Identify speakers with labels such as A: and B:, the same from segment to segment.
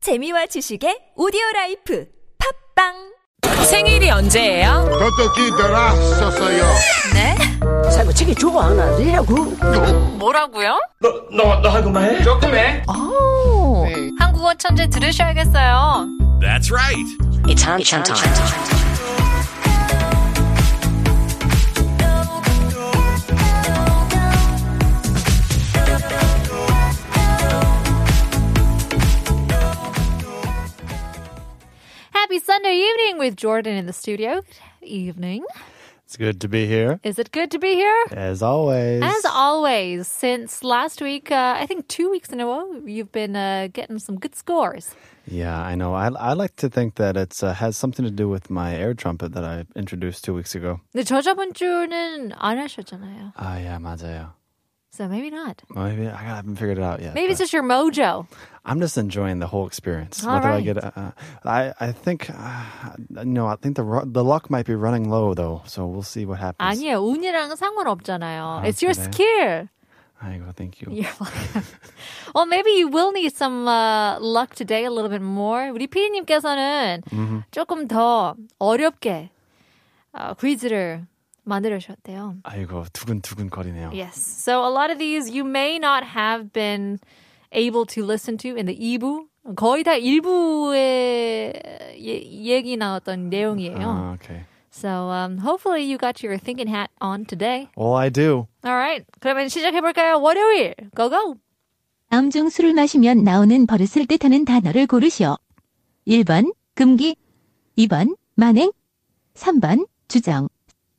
A: 재미와 지식의 오디오 라이프 팝빵
B: 생일이 언제예요?
C: 똑똑히 돌아섰어요.
B: 네?
D: 살고 책이 주고 하나 내라고
B: 뭐라고요?
E: 너, 너 한국말 해?
B: 한국어 천재 들으셔야겠어요.
F: That's right.
D: 이찬 찬찬
G: Happy Sunday evening with Jordan in the studio. Evening.
H: It's good to be here,
G: Is it good to be here?
H: as always.
G: As always, since last week, uh, I think two weeks in a row, you've been uh, getting some good scores.
H: yeah, I know. I, I like to think that it's uh, has something to do with my air trumpet that I introduced two weeks ago.
G: 근데 저저번 주는 안 하셨잖아요.
H: Ah, yeah, 맞아요.
G: So maybe not.
H: Maybe I haven't figured it out yet.
G: Maybe
H: but
G: it's just your mojo.
H: I'm just enjoying the whole experience.
G: All
H: whether I
G: right.
H: get, uh, I I think, uh, no, I think the ru- the luck might be running low though. So we'll see what happens.
G: 아니에요. 운이랑 상관없잖아요.
H: 아,
G: It's your
H: 그래요?
G: skill.
H: 아이고, thank you.
G: You're welcome. well, maybe you will need some uh, luck today a little bit more. 우리 피디님께서는 조금 더 어렵게 어, 퀴즈를 만들으셨대요.
H: 아이고, 두근두근 거리네요.
G: Yes. So a lot of these you may not have been able to listen to in the 2부. 거의 다 1부에 얘기 나왔던 내용이에요.
H: Ah, okay.
G: So um, hopefully you got your thinking hat on today.
H: Well, I do.
G: All right. 그러면 시작해볼까요? 월요일. Go, go.
I: 다음 중 술을 마시면 나오는 버릇을 뜻하는 단어를 고르시오. 1번 금기, 2번 만행, 3번 주정,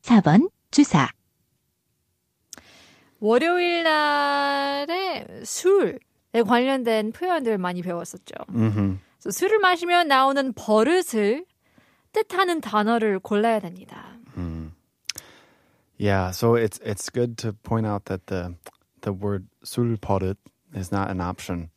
I: 4번 주사.
G: 월요일 날에 술에 관련된 표현들 많이 배웠었죠.
H: Mm-hmm.
G: 그래서 술을 마시면 나오는 버릇을 뜻하는 단어를 골라야 됩니다.
H: Yeah, so it's it's good to point out that the the word sulpodet is not an option.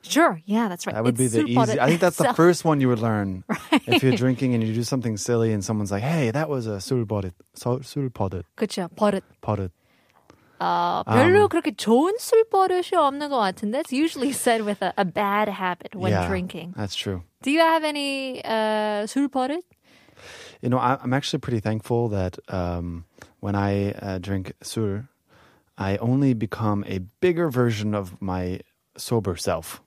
G: Sure, yeah, that's right.
H: That would be
G: It's
H: the
G: 술
H: easy.
G: 버릇.
H: I think that's
G: So,
H: the first one you would learn if you're drinking and you do something silly and someone's like, "Hey, that was a sulpodet, sulpodet,
G: 그렇죠, 버릇.
H: podet."
G: 어,
H: 아.
G: 별로 그렇게 좋은 술 버릇이 없는 것 같은데, it's usually said with a, a bad habit when
H: yeah,
G: drinking.
H: that's true.
G: Do you have any uh, 술 버릇?
H: You know, I, I'm actually pretty thankful that um, when I uh, drink sul, I only become a bigger version of my sober self.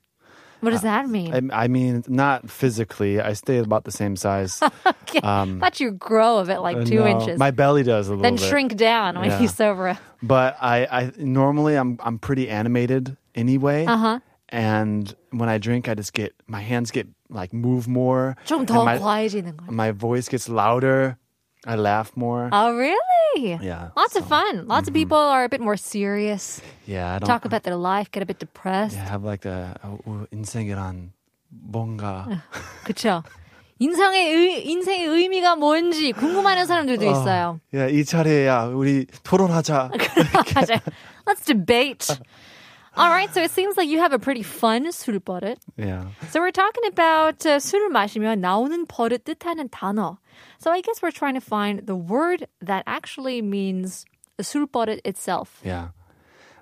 G: What does
H: 아,
G: that mean?
H: I, I mean, not physically. I stay about the same size.
G: okay. Thought you grow a bit, like
H: Uh,
G: two
H: no,
G: inches,
H: My belly does a little
G: then
H: bit.
G: shrink down when
H: Yeah.
G: you sober up.
H: But I, I normally I'm I'm pretty animated anyway.
G: Uh-huh.
H: And when I drink, I just get my hands get like move more.
G: 좀
H: and
G: 더
H: my,
G: 과해지는 거예요.
H: my voice gets louder. I laugh more.
G: Oh, really?
H: Yeah, mm-hmm.
G: Lots of fun. Lots of people are a bit more serious,
H: yeah, I don't
G: talk about their life, get a bit depressed.
H: Oh, yeah, I have like the oh, oh, 인생이란 뭔가.
G: 그쵸? 인생의, 의, 인생의 의미가 뭔지 궁금해하는 사람들도 있어요.
H: Yeah, 이 차례야 우리 토론하자.
G: 맞아요. Let's debate. All right, so it seems like you have a pretty fun 술 버릇.
H: yeah.
G: So we're talking about uh, 술을 마시면 나오는 버릇 뜻하는 단어. So I guess we're trying to find the word that actually means 술 버릇 itself.
H: Yeah.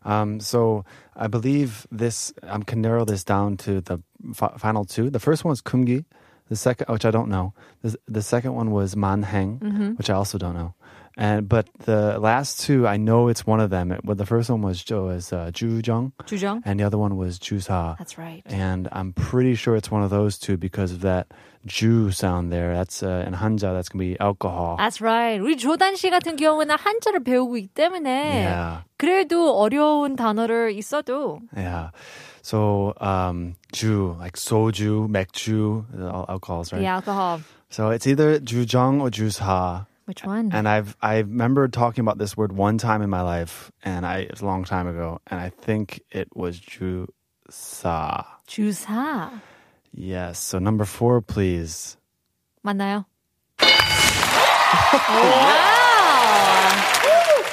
H: Um, so I believe this, I am can narrow this down to the fi- final two. The first one was Kumgi, the second, which I don't know. The, the second one was Manhang,
G: Mm-hmm.
H: which I also don't know. And but the last two, I know it's one of them. It, well, the first one was Joe was uh, Jujung,
G: 주정?
H: and the other one was Jusa.
G: That's right.
H: And I'm pretty sure it's one of those two because of that Ju sound there. That's uh, in Hanja. That's gonna be alcohol.
G: That's right. 우리 조단 씨 같은 경우는 한자를 배우고 있기 때문에
H: Yeah.
G: 그래도 어려운 단어를 있어도
H: Yeah. So, um, ju, like soju, mekju, all alcohols, right?
G: the alcohol.
H: So it's either jujang or jusa.
G: Which one?
H: And I've, I remember talking about this word one time in my life, and I, it's a long time ago, and I think it was jusa.
G: 주사
H: Yes. So number four, please.
G: 맞나요? wow.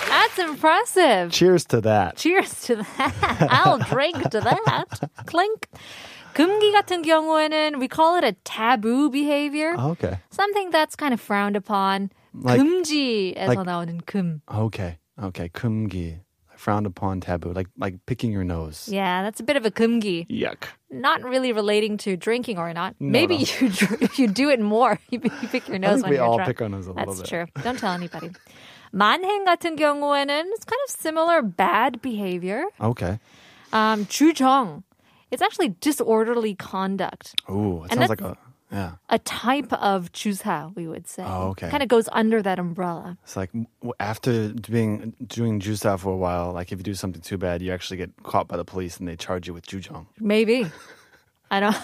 G: That's impressive.
H: Cheers to that.
G: Cheers to that. I'll drink to that. Clink. 금기 같은 경우에는 we call it a taboo behavior.
H: Oh, Okay.
G: Something that's kind of frowned upon.
H: Like-
G: 금지에서
H: like-
G: 나오는 금.
H: Okay. Okay. Kumgi. frowned upon taboo, like like picking your nose.
G: Yeah, that's a bit of a kumgi.
H: Yuck.
G: Not really relating to drinking or not.
H: No,
G: Maybe
H: no.
G: you dr- you do it more. You, you pick your nose
H: I think
G: when
H: we
G: you're
H: all
G: drunk.
H: pick on us a little
G: That's
H: bit.
G: true. Don't tell anybody. 만행 같은 경우에는 it's kind of similar bad behavior.
H: Okay.
G: Um, 주정. It's actually disorderly conduct.
H: Ooh, it
G: And
H: sounds
G: that's-
H: like a yeah.
G: A type of 주사, we would say.
H: Oh, okay.
G: Kind of goes under that umbrella.
H: It's like w- after being doing jusa for a while, like if you do something too bad, you actually get caught by the police and they charge you with jujong.
G: Maybe. I don't.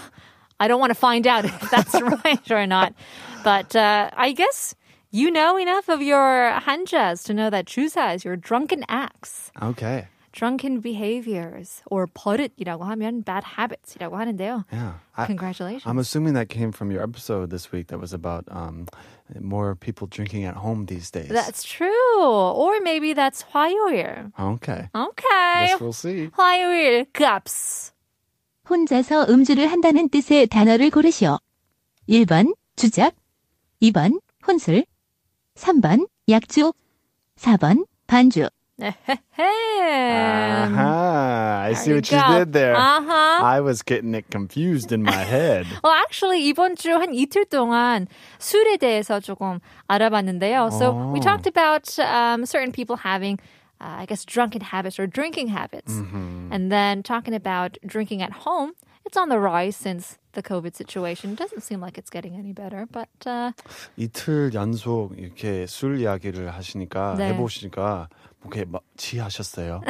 G: I don't want to find out if that's right or not. But uh, I guess you know enough of your hanjas to know that 주사 is your drunken acts,
H: Okay.
G: drunken behaviors, or 버릇이라고 하면 bad habits이라고 하는데요.
H: Yeah. I,
G: Congratulations.
H: I'm assuming that came from your episode this week that was about um, more people drinking at home these days.
G: That's true. Or maybe that's 화요일.
H: okay.
G: Okay.
H: Guess we'll see.
G: 화요일 cups.
I: 혼자서 음주를 한다는 뜻의 단어를 고르시오. 1번 주작, 2번 혼술, 3번 약주, 4번 반주.
H: Uh, Uh-huh. I see
G: you
H: what you
G: go.
H: did there.
G: Uh-huh.
H: I was getting it confused in my head.
G: Well, actually, 이번 주 한 이틀 동안 술에 대해서 조금 알아봤는데요. So we talked about um, certain people having, uh, I guess, drunken habits or drinking habits,
H: Mm-hmm.
G: and then talking about drinking at home. It's on the rise since the COVID situation. Doesn't seem like it's getting any better, but uh,
H: 이틀 연속 이렇게 술 이야기를 하시니까
G: 네.
H: 해보시니까 이렇게 막 취하셨어요.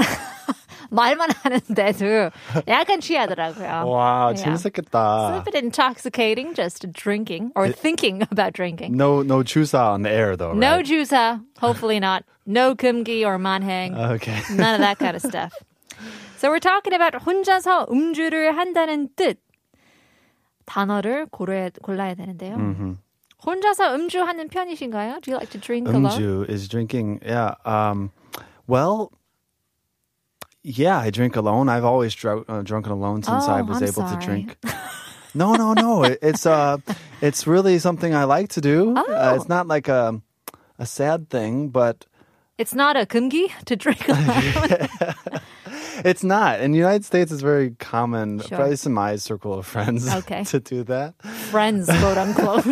G: 말만 하는데도 약간 취하더라고요. Oh,
H: 와
G: Yeah. It's a
H: 재밌었겠다.
G: little bit intoxicating just drinking or thinking about drinking.
H: No no 주사 on the air though.
G: No
H: right?
G: jusa, hopefully not. No kumgi or manhang.
H: Okay.
G: None of that kind of stuff. So we're talking about 혼자서 음주를 한다는 뜻 단어를 고려해, 골라야 되는데요. 혼자서 음주하는 편이신가요? Do you like to drink alone?
H: 음주 is drinking. Yeah. Um, well, yeah, I drink alone. I've always dr- uh, drunken alone since I
G: Oh,
H: was
G: I'm
H: able
G: sorry.
H: to drink. No, no, no. It, it's uh, it's really something I like to do. Uh,
G: Oh.
H: it's not like a a sad thing, but
G: It's not a 금기 to drink alone.
H: It's not. In the United States, it's very common,
G: Sure.
H: probably in my circle of friends,
G: Okay.
H: to do that.
G: Friends, quote unquote.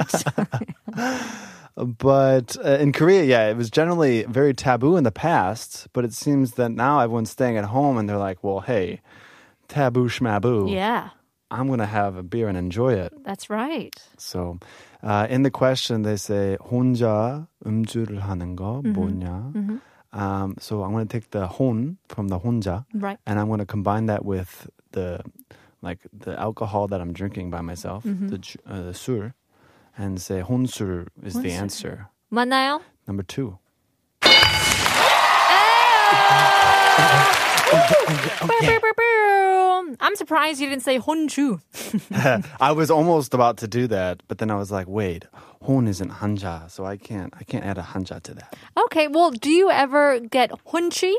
H: But uh, in Korea, yeah, it was generally very taboo in the past. But it seems that now everyone's staying at home and they're like, well, hey, taboo shmaboo.
G: yeah,
H: I'm going to have a beer and enjoy it.
G: that's right.
H: So uh, in the question, they say, 혼자 음주를 하는 거 뭐냐? Um, so I'm going to take the 혼 from the 혼자.
G: Right.
H: and I'm going to combine that with the like the alcohol that I'm drinking by myself, the ju- uh, the sur, and say honsur is the answer.
G: 맞나요?
H: Number two.
G: Brr, brr, brr. I'm surprised you didn't say 혼주.
H: I was almost about to do that, but then I was like, wait, hon isn't hanja, so I can't I can't add a hanja to that.
G: Okay, well, do you ever get 혼취?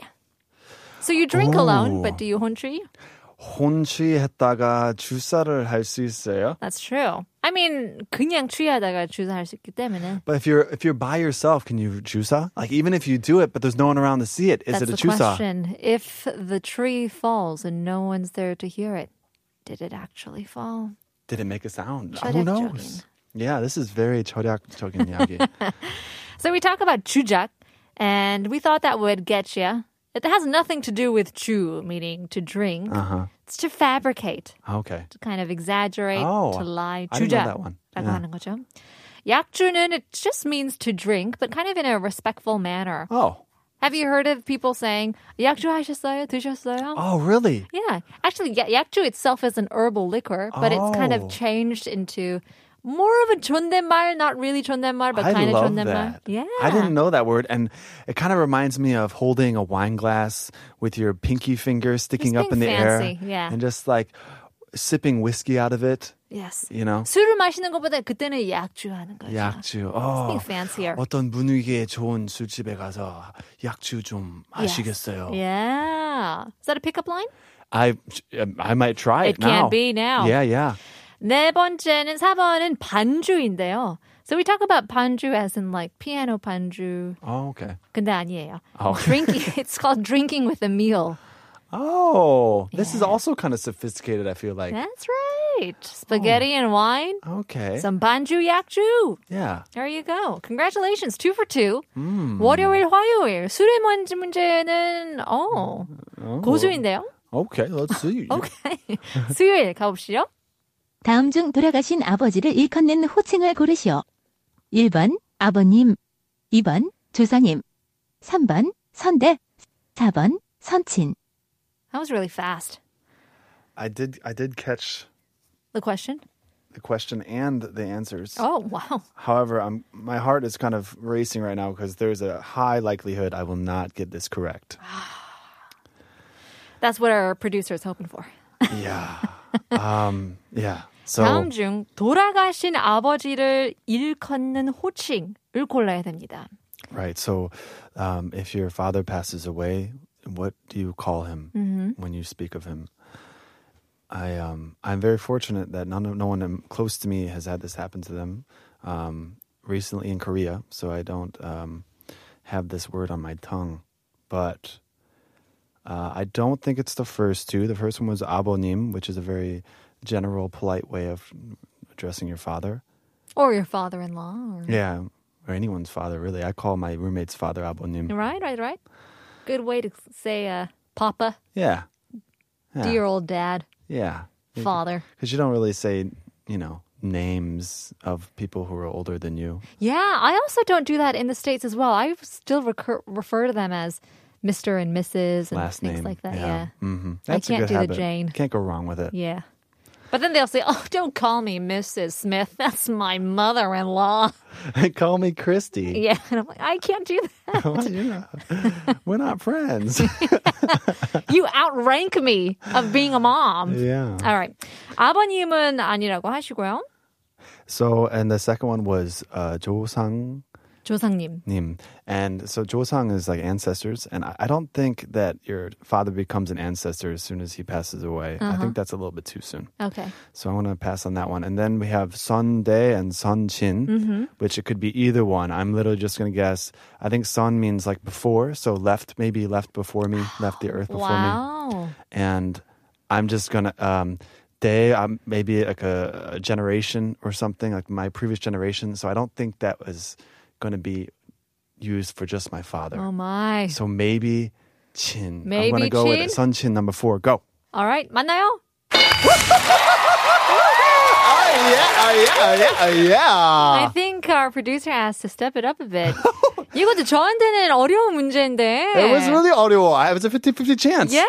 G: So you drink alone,
H: Oh.
G: but do you 혼취?
H: 혼취 했다가 주사를 할 수 있어요.
G: That's true. I mean, 그냥 취하다가 주사할 수 있기 때문에.
H: But if you're if you're by yourself, can you jusa? Like even if you do it, but there's no one around to see it, is
G: That's
H: it a
G: the
H: jusa?
G: question. If the tree falls and no one's there to hear it, did it actually fall?
H: Did it make a sound?
G: Chodak
H: Who knows? Yeah, this is very chodak-chokin 이야기.
G: So we talk about 주작, and we thought that would get you. It has nothing to do with 주, meaning to drink.
H: Uh-huh.
G: It's to fabricate,
H: Okay.
G: to kind of exaggerate,
H: Oh,
G: to lie.
H: I didn't know that one.
G: 라고
H: Yeah.
G: 하는 거죠. 약주는 it just means to drink, but kind of in a respectful manner.
H: Oh.
G: Have you heard of people saying 약주하셨어요? 드셨어요?
H: Oh, really?
G: Yeah. Actually, ya- yakju itself is an herbal liquor, but it's kind
H: Oh.
G: of changed into more of a 존댓말, not really 존댓말, but
H: I
G: kind of
H: love
G: 존댓말.
H: that.
G: Yeah.
H: I didn't know that word, and it kind of reminds me of holding a wine glass with your pinky finger sticking up in
G: being
H: the
G: fancy,
H: air,
G: yeah.
H: and just like sipping whiskey out of it.
G: Yes.
H: You know,
G: 술을 마시는 것보다 그때는 약주하는 거죠.
H: 약주. Oh,
G: being fancier.
H: 어떤 분위기에 좋은 술집에 가서 약주 좀 마시겠어요.
G: Yeah. Is that a pickup line?
H: I um, I might try it,
G: It can
H: now.
G: be now.
H: Yeah, yeah.
G: 네 번째는 4번은 반주인데요. So we talk about 반주 as in like piano 반주.
H: Oh, okay.
G: 근데 아니에요.
H: Oh.
G: Drinking. it's called drinking with a meal.
H: Oh, this is also kind of sophisticated, I feel like.
G: That's right. Spaghetti and wine.
H: Okay.
G: Some 반주 약주.
H: yeah. Hmm.
G: There you go. Congratulations. Two for two. 월요일, 화요일. 술의 먼지 문제는 어 고수인데요.
H: Okay, let's see.
G: 오케이. 수요일 가봅시죠.
I: 다음 중 돌아가신 아버지를 일컫는 호칭을 고르시오. 1번 아버님, 2번 조상님, 3번 선대, 4번 선친.
G: That was really fast.
H: I did I did catch
G: The question.
H: the question and the answers.
G: Oh wow.
H: However, I'm my heart is kind of racing right now because there's a high likelihood I will not get this correct.
G: That's what our producer is hoping for.
H: yeah. Um yeah. So
G: 다음 중 돌아가신 아버지를 일컫는 호칭을 골라야 됩니다.
H: right. So um if your father passes away, what do you call him when you speak of him? I um I'm very fortunate that none of no one um, close to me has had this happen to them um recently in Korea, so I don't um have this word on my tongue. But uh, I don't think it's the first two. The first one was abonim, which is a very general, polite way of addressing your father.
G: Or your father-in-law. Or...
H: Yeah, or anyone's father really. I call my roommate's father abonim.
G: Right, right, right. Good way to say uh, Papa,
H: Yeah, yeah,
G: dear old dad,
H: yeah.
G: father.
H: Because you don't really say, you know, names of people who are older than you.
G: Yeah, I also don't do that in the States as well. I still recur- refer to them as Mr. and Mrs. and
H: Last
G: things
H: name,
G: like that.
H: yeah.
G: Yeah.
H: hmm That's
G: can't
H: a good
G: do the
H: habit.
G: Jane.
H: Can't go wrong with it.
G: Yeah. But then they'll say, oh, don't call me Mrs. Smith. That's my mother in law.
H: Call me Christy.
G: Yeah. And I'm like, I can't do that.
H: Well, you're not- we're not friends.
G: You outrank me of being a mom.
H: yeah.
G: All right. 아버님은 아니라고 하시고요.
H: So, and the second one was uh, 조상님.
G: 조상님.
H: And so 조상 is like ancestors. And I I don't think that your father becomes an ancestor as soon as he passes away. I
G: Uh-huh.
H: think that's a little bit too soon.
G: Okay.
H: So I want to pass on that one. And then we have Son De and Son Chin,
G: Mm-hmm.
H: which it could be either one. I'm literally just going to guess. I think Son means like before. So left, maybe left before me, left the earth before me.
G: Wow.
H: and I'm just gonna um, they um, maybe like a, a generation or something like my previous generation. So I don't think that was gonna be used for just my father.
G: Oh, my.
H: So maybe Chin. I'm
G: Maybe
H: gonna go
G: Chin?
H: with Sun Chin number four. Go.
G: All right. 만나요.
H: Oh yeah! Oh yeah! Oh yeah!
G: I think our producer has to step it up a bit. 이것도 저한테는 어려운 문제인데.
H: It was really audio. It was a 50-50 chance.
G: Yes,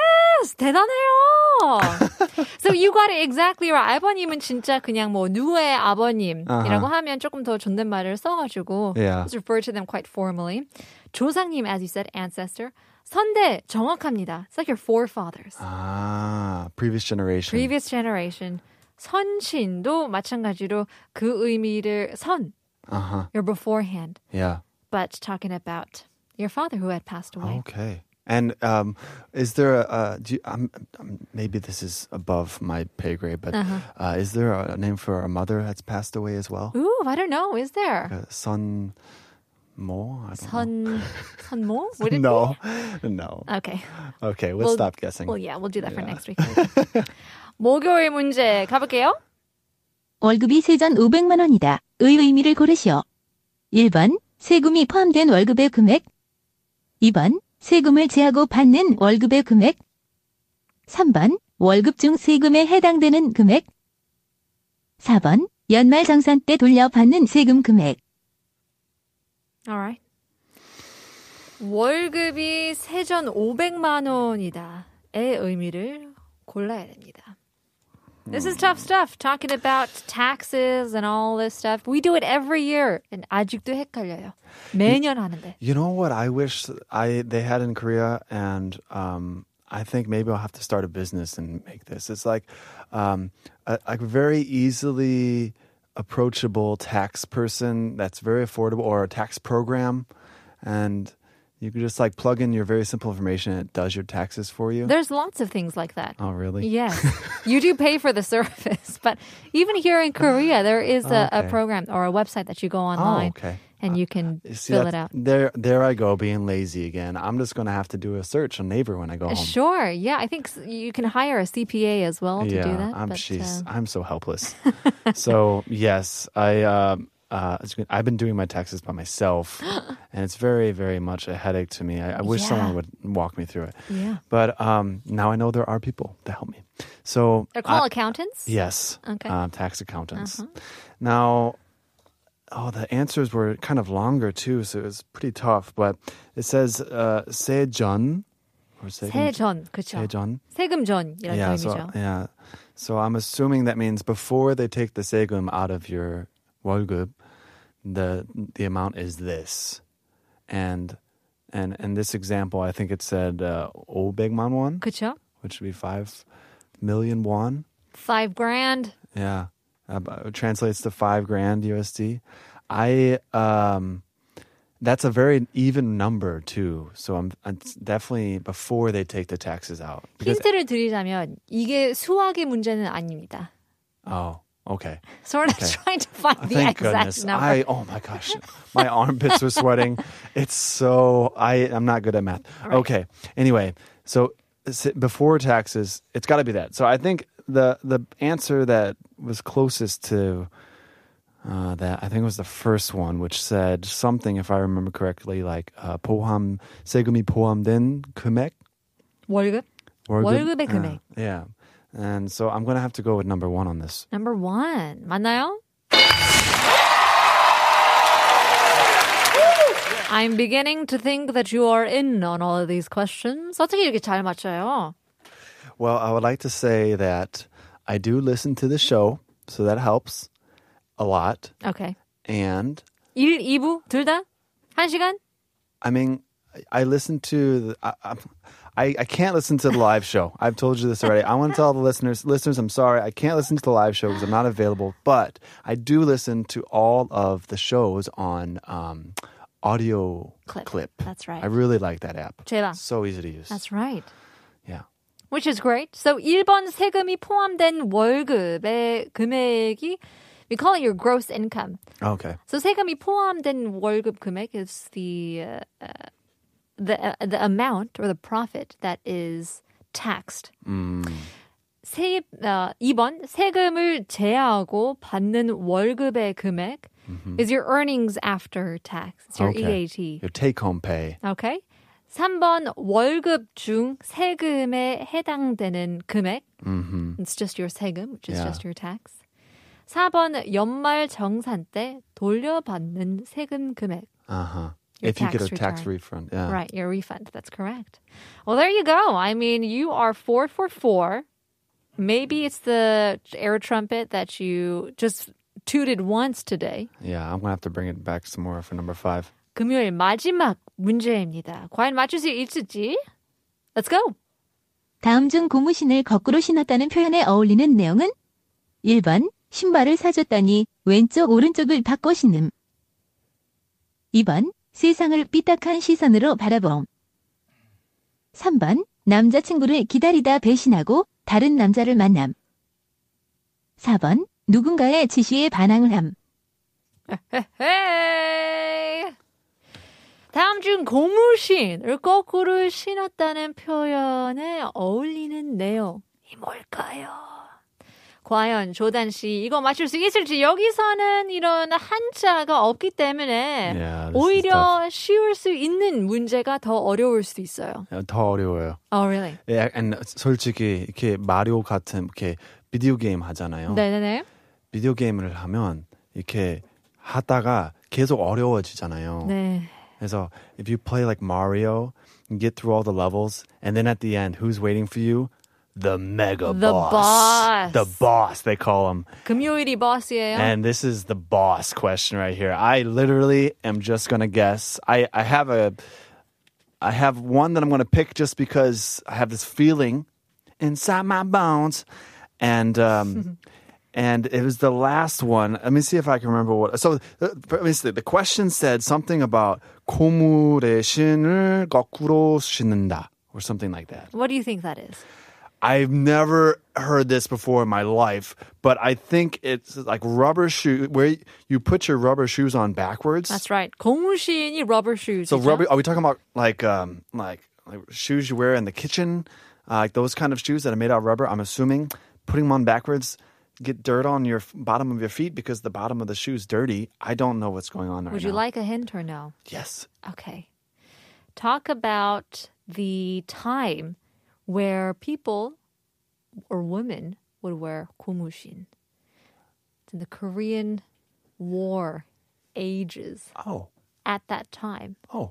G: 대단해요. so you got it exactly right. 아버님은 진짜 그냥 뭐 누구의 아버님이라고 하면 조금 더 존댓말을 써가지고
H: Yeah.
G: just refer to them quite formally. 조상님, as you said, ancestor. 선대 정확합니다. It's like your forefathers,
H: Ah, previous generation.
G: previous generation. 선신도 마찬가지로 그 의미를 선,
H: Uh-huh.
G: your beforehand.
H: Yeah.
G: But talking about your father who had passed away.
H: Okay. And um, is there a uh, do you, um, um, maybe this is above my pay grade, but
G: Uh-huh.
H: uh is there a name for a mother that's passed away as well?
G: Ooh, I don't know. Is there?
H: Uh, son Mo? I don't
G: 선 선모? Would it
H: know. No, no.
G: be? Okay.
H: Okay, let's
G: Well,
H: stop guessing.
G: Well, yeah, we'll do that for next week. 목요일 문제 가볼게요.
I: 월급이 세전 500만 원이다. 의 의미를 고르시오. 1번 세금이 포함된 월급의 금액 2번 세금을 제하고 받는 월급의 금액 3번 월급 중 세금에 해당되는 금액 4번 연말 정산 때 돌려받는 세금 금액
G: Alright. 월급이 세전 500만 원이다의 의미를 골라야 됩니다. This is tough stuff. Talking about taxes and all this stuff. We do it every year. And 아직도 헷갈려요. 매년 하는데.
H: You know what I wish I they had in Korea, and um, I think maybe I'll have to start a business and make this. It's like um, a, a very easily approachable tax person that's very affordable, or a tax program, and You can just like plug in your very simple information and it does your taxes for you.
G: There's lots of things like that.
H: oh, really?
G: Yes. you do pay for the service. But even here in Korea, there is a, a
H: Okay. Oh,
G: program or a website that you go online
H: okay.
G: and you can
H: You see,
G: fill it out.
H: that's- There, there I go being lazy again. I'm just going to have to do a search on Neighbor when I
G: Uh,
H: go home.
G: Sure. Yeah. I think s- you can hire a CPA as well to
H: yeah,
G: do that. but,
H: I'm she's,
G: uh,
H: I'm so helpless. so yes, I um, uh, it's good- I've been doing my taxes by myself, and it's very very much a headache to me. I, I wish
G: Yeah.
H: someone would walk me through it.
G: Yeah.
H: But um, now I know there are people to help me. So
G: they're
H: I-
G: called accountants?
H: Yes.
G: Okay. Uh-huh.
H: Um, tax accountants. Now, oh, the answers were kind of longer too, so it was pretty tough. But it says uh, 세전 or
G: 세전, 그쵸.
H: 세전.
G: 세금전이라는
H: Yeah.
G: 의미죠.
H: So yeah. So I'm assuming that means before they take the 세금 out of your 월급, the the amount is this, and and in this example, I think it said uh, 500만 won,
G: 그쵸?
H: which would be five million won.
G: Five grand.
H: Yeah, Uh, but it translates to five grand USD. I um, that's a very even number too. So I'm, i definitely before they take the taxes out. Because
G: 힌트를 드리자면 이게 수학의 문제는 아닙니다.
H: oh, okay.
G: Sort of
H: Okay.
G: trying to find the
H: Thank
G: exact
H: goodness.
G: number.
H: I oh my gosh, my armpits were sweating. It's so I I'm not good at math. Okay. Anyway, so s- before taxes, it's got to be that. So I think the the answer that was closest to uh, that I think was the first one, which said something, if I remember correctly, like uh, 포함 세금이 포함된 금액.
G: 월급?
H: 월급?
G: 월급의 금액.
H: Uh, yeah. And so I'm gonna have to go with number one on this.
G: Number one. 맞나요? I'm beginning to think that you are in on all of these questions. 어떻게 이렇게 잘 맞춰요?
H: Well, I would like to say that I do listen to the show, so that helps a lot.
G: Okay.
H: And
G: 1, 2부 둘 다? 한시간
H: I mean, I listen to the. I, I'm- I, I can't listen to the live show. I've told you this already. I want to tell the listeners, listeners, I'm sorry, I can't listen to the live show because I'm not available. But I do listen to all of the shows on um, audio
G: Clip.
H: clip.
G: That's right.
H: I really like that app.
G: 제발.
H: So easy to use.
G: That's right.
H: Yeah.
G: Which is great. So 1번 세금이 포함된 월급의 금액이 we call it your gross income.
H: Okay.
G: So 세금이 포함된 월급 금액 is the uh, uh, the uh, the amount or the profit that is taxed. 세입 어, 2번 세금을 제하고 받는 월급의 금액 is your earnings after tax. It's your E
H: Okay.
G: EAT.
H: Your take home pay.
G: Okay. 3번 월급 중 세금에 해당되는 금액. It's just your 세금, which is
H: Yeah.
G: just your tax. 4번 연말 정산 때 돌려받는 세금 금액.
H: Uh huh.
G: Your
H: If you get
G: tax
H: a tax refund. Yeah.
G: Right, your refund. That's correct. Well, there you go. I mean, you are four for four. Maybe it's the air trumpet that you just tooted once today.
H: Yeah, I'm gonna have to bring it back some more for number five.
G: 금요일 마지막 문제입니다. 과연 맞출 수 있을지? Let's go.
I: 다음 중 고무신을 거꾸로 신었다는 표현에 어울리는 내용은 1번 신발을 사줬더니 왼쪽 오른쪽을 바꿔 신음 2번 세상을 삐딱한 시선으로 바라봄 3번 남자친구를 기다리다 배신하고 다른 남자를 만남 4번 누군가의 지시에 반항을 함
G: 헤이! 다음 중 고무신을 거꾸로 신었다는 표현에 어울리는 내용이 뭘까요? 과연 조단 씨 이거 맞출 수 있을지 여기서는 이런 한자가 없기 때문에
H: Yeah, this is
G: 오히려 쉬울 수 있는 문제가 더 어려울 수도 있어요.
H: 어, 더 어려워요.
G: Oh really?
H: 예, and 솔직히 이렇게 마리오 같은 이렇게 비디오 게임 하잖아요.
G: 네네네.
H: 비디오 게임을 하면 이렇게 하다가 계속 어려워지잖아요.
G: 네.
H: 그래서 if you play like Mario and get through all the levels and then at the end who's waiting for you? The mega
G: The boss.
H: boss. The boss they call him.
G: 금요일이 버스예요.
H: And this is the boss question right here. I literally am just gonna guess. I, I have a I have one that I'm gonna pick just because I have this feeling inside my bones. And um and it was the last one. Let me see if I can remember what. So uh, basically, the question said something about 고물의 신을 거꾸로 신는다 or something like that.
G: What do you think that is?
H: I've never heard this before in my life, but I think it's like rubber shoe where you put your rubber shoes on backwards.
G: That's right. 공신이 rubber shoes.
H: So rubber? Are we talking about like um like, like shoes you wear in the kitchen, uh, like those kind of shoes that are made out of rubber? I'm assuming putting them on backwards get dirt on your f- bottom of your feet because the bottom of the shoe's dirty. I don't know what's going on right
G: Would you
H: now.
G: like a hint or no?
H: Yes.
G: Okay. Talk about the time where people or women would wear 고무신. It's in the Korean War ages
H: Oh.
G: at that time.
H: Oh.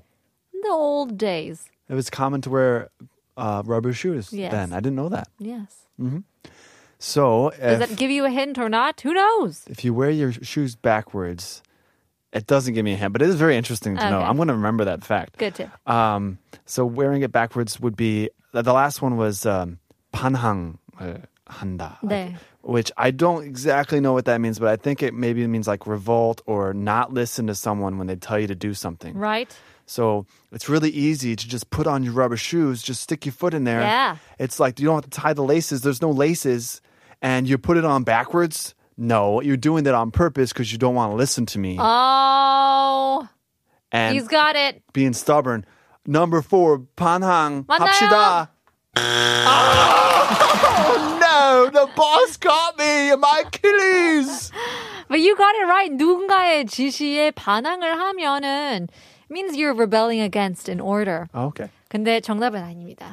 G: In the old days.
H: It was common to wear uh, rubber shoes
G: Yes.
H: then. I didn't know that.
G: Yes.
H: So
G: Does
H: if,
G: that give you a hint or not? Who knows?
H: if you wear your shoes backwards, it doesn't give me a hint, but it is very interesting to know.
G: Okay.
H: I'm going to remember that fact.
G: Good tip.
H: Um, so wearing it backwards would be the the last one was um, 반항 handa,
G: 네.
H: which I don't exactly know what that means, but I think it maybe means like revolt or not listen to someone when they tell you to do something.
G: Right?
H: So it's really easy to just put on your rubber shoes, just stick your foot in there.
G: Yeah.
H: It's like you don't have to tie the laces. There's no laces, and you put it on backwards. No, you're doing that on purpose because you don't want to listen to me.
G: Oh,
H: and
G: he's got it.
H: being stubborn. Number four, 반항
G: 만나요.
H: 합시다. Oh, no, the boss got me in my Achilles.
G: But you got it right. 누군가의 지시에 반항을 하면은 means you're rebelling against an order.
H: Okay.
G: 근데 정답은 아닙니다.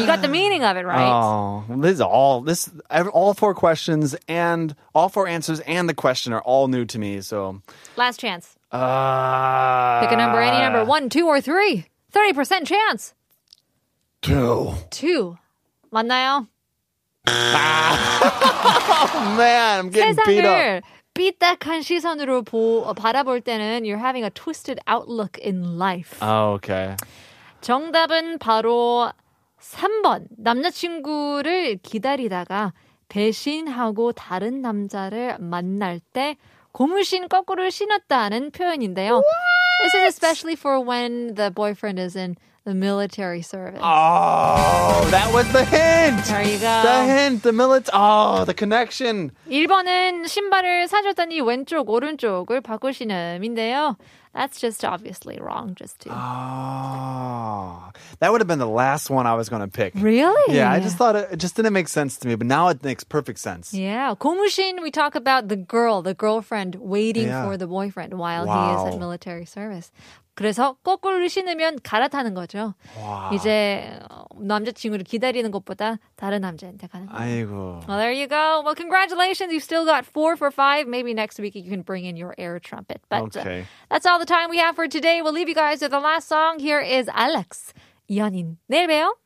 G: you got the meaning of it right.
H: Oh, this is all this ev- all four questions and all four answers and the question are all new to me. So
G: Last chance.
H: uh,
G: Pick a number, any number. One, two, or three. 30% chance.
H: Two.
G: Two. 맞나요?
H: Man, I'm getting beat up.
G: 세상을 삐딱한 시선으로 보, 어, 바라볼 때는 you're having a twisted outlook in life.
H: Oh, okay.
G: 정답은 바로 3번. 남자친구를 기다리다가 배신하고 다른 남자를 만날 때 고무신 거꾸로 신었다는 표현인데요. This is especially for when the boyfriend is in the military service.
H: 아. Oh, that was the hint.
G: There you go.
H: The hint, the millet. Oh, the connection.
G: 1번은 신발을 사줬더니 왼쪽 오른쪽을 바꾸신 음인데요. That's just obviously wrong just to.
H: Oh, that would have been the last one I was going to pick.
G: Really?
H: Yeah, I just thought it, it just didn't make sense to me, but now it makes perfect sense.
G: Yeah, 고무신. We talk about the girl, the girlfriend waiting
H: Yeah.
G: for the boyfriend while he is
H: Wow.
G: at military service. 그래서 거꾸로 신으면 갈아타는 거죠. 이제 어, 남자친구를 기다리는 것보다 다른 남자한테 가는 거예요.
H: 아이고.
G: Well, there you go. Well, congratulations. You still got four for five. Maybe next week you can bring in your air trumpet. But uh,
H: Okay.
G: that's all the time we have for today. We'll leave you guys with the last song. Here is Alex, 연인. 내일 봬요.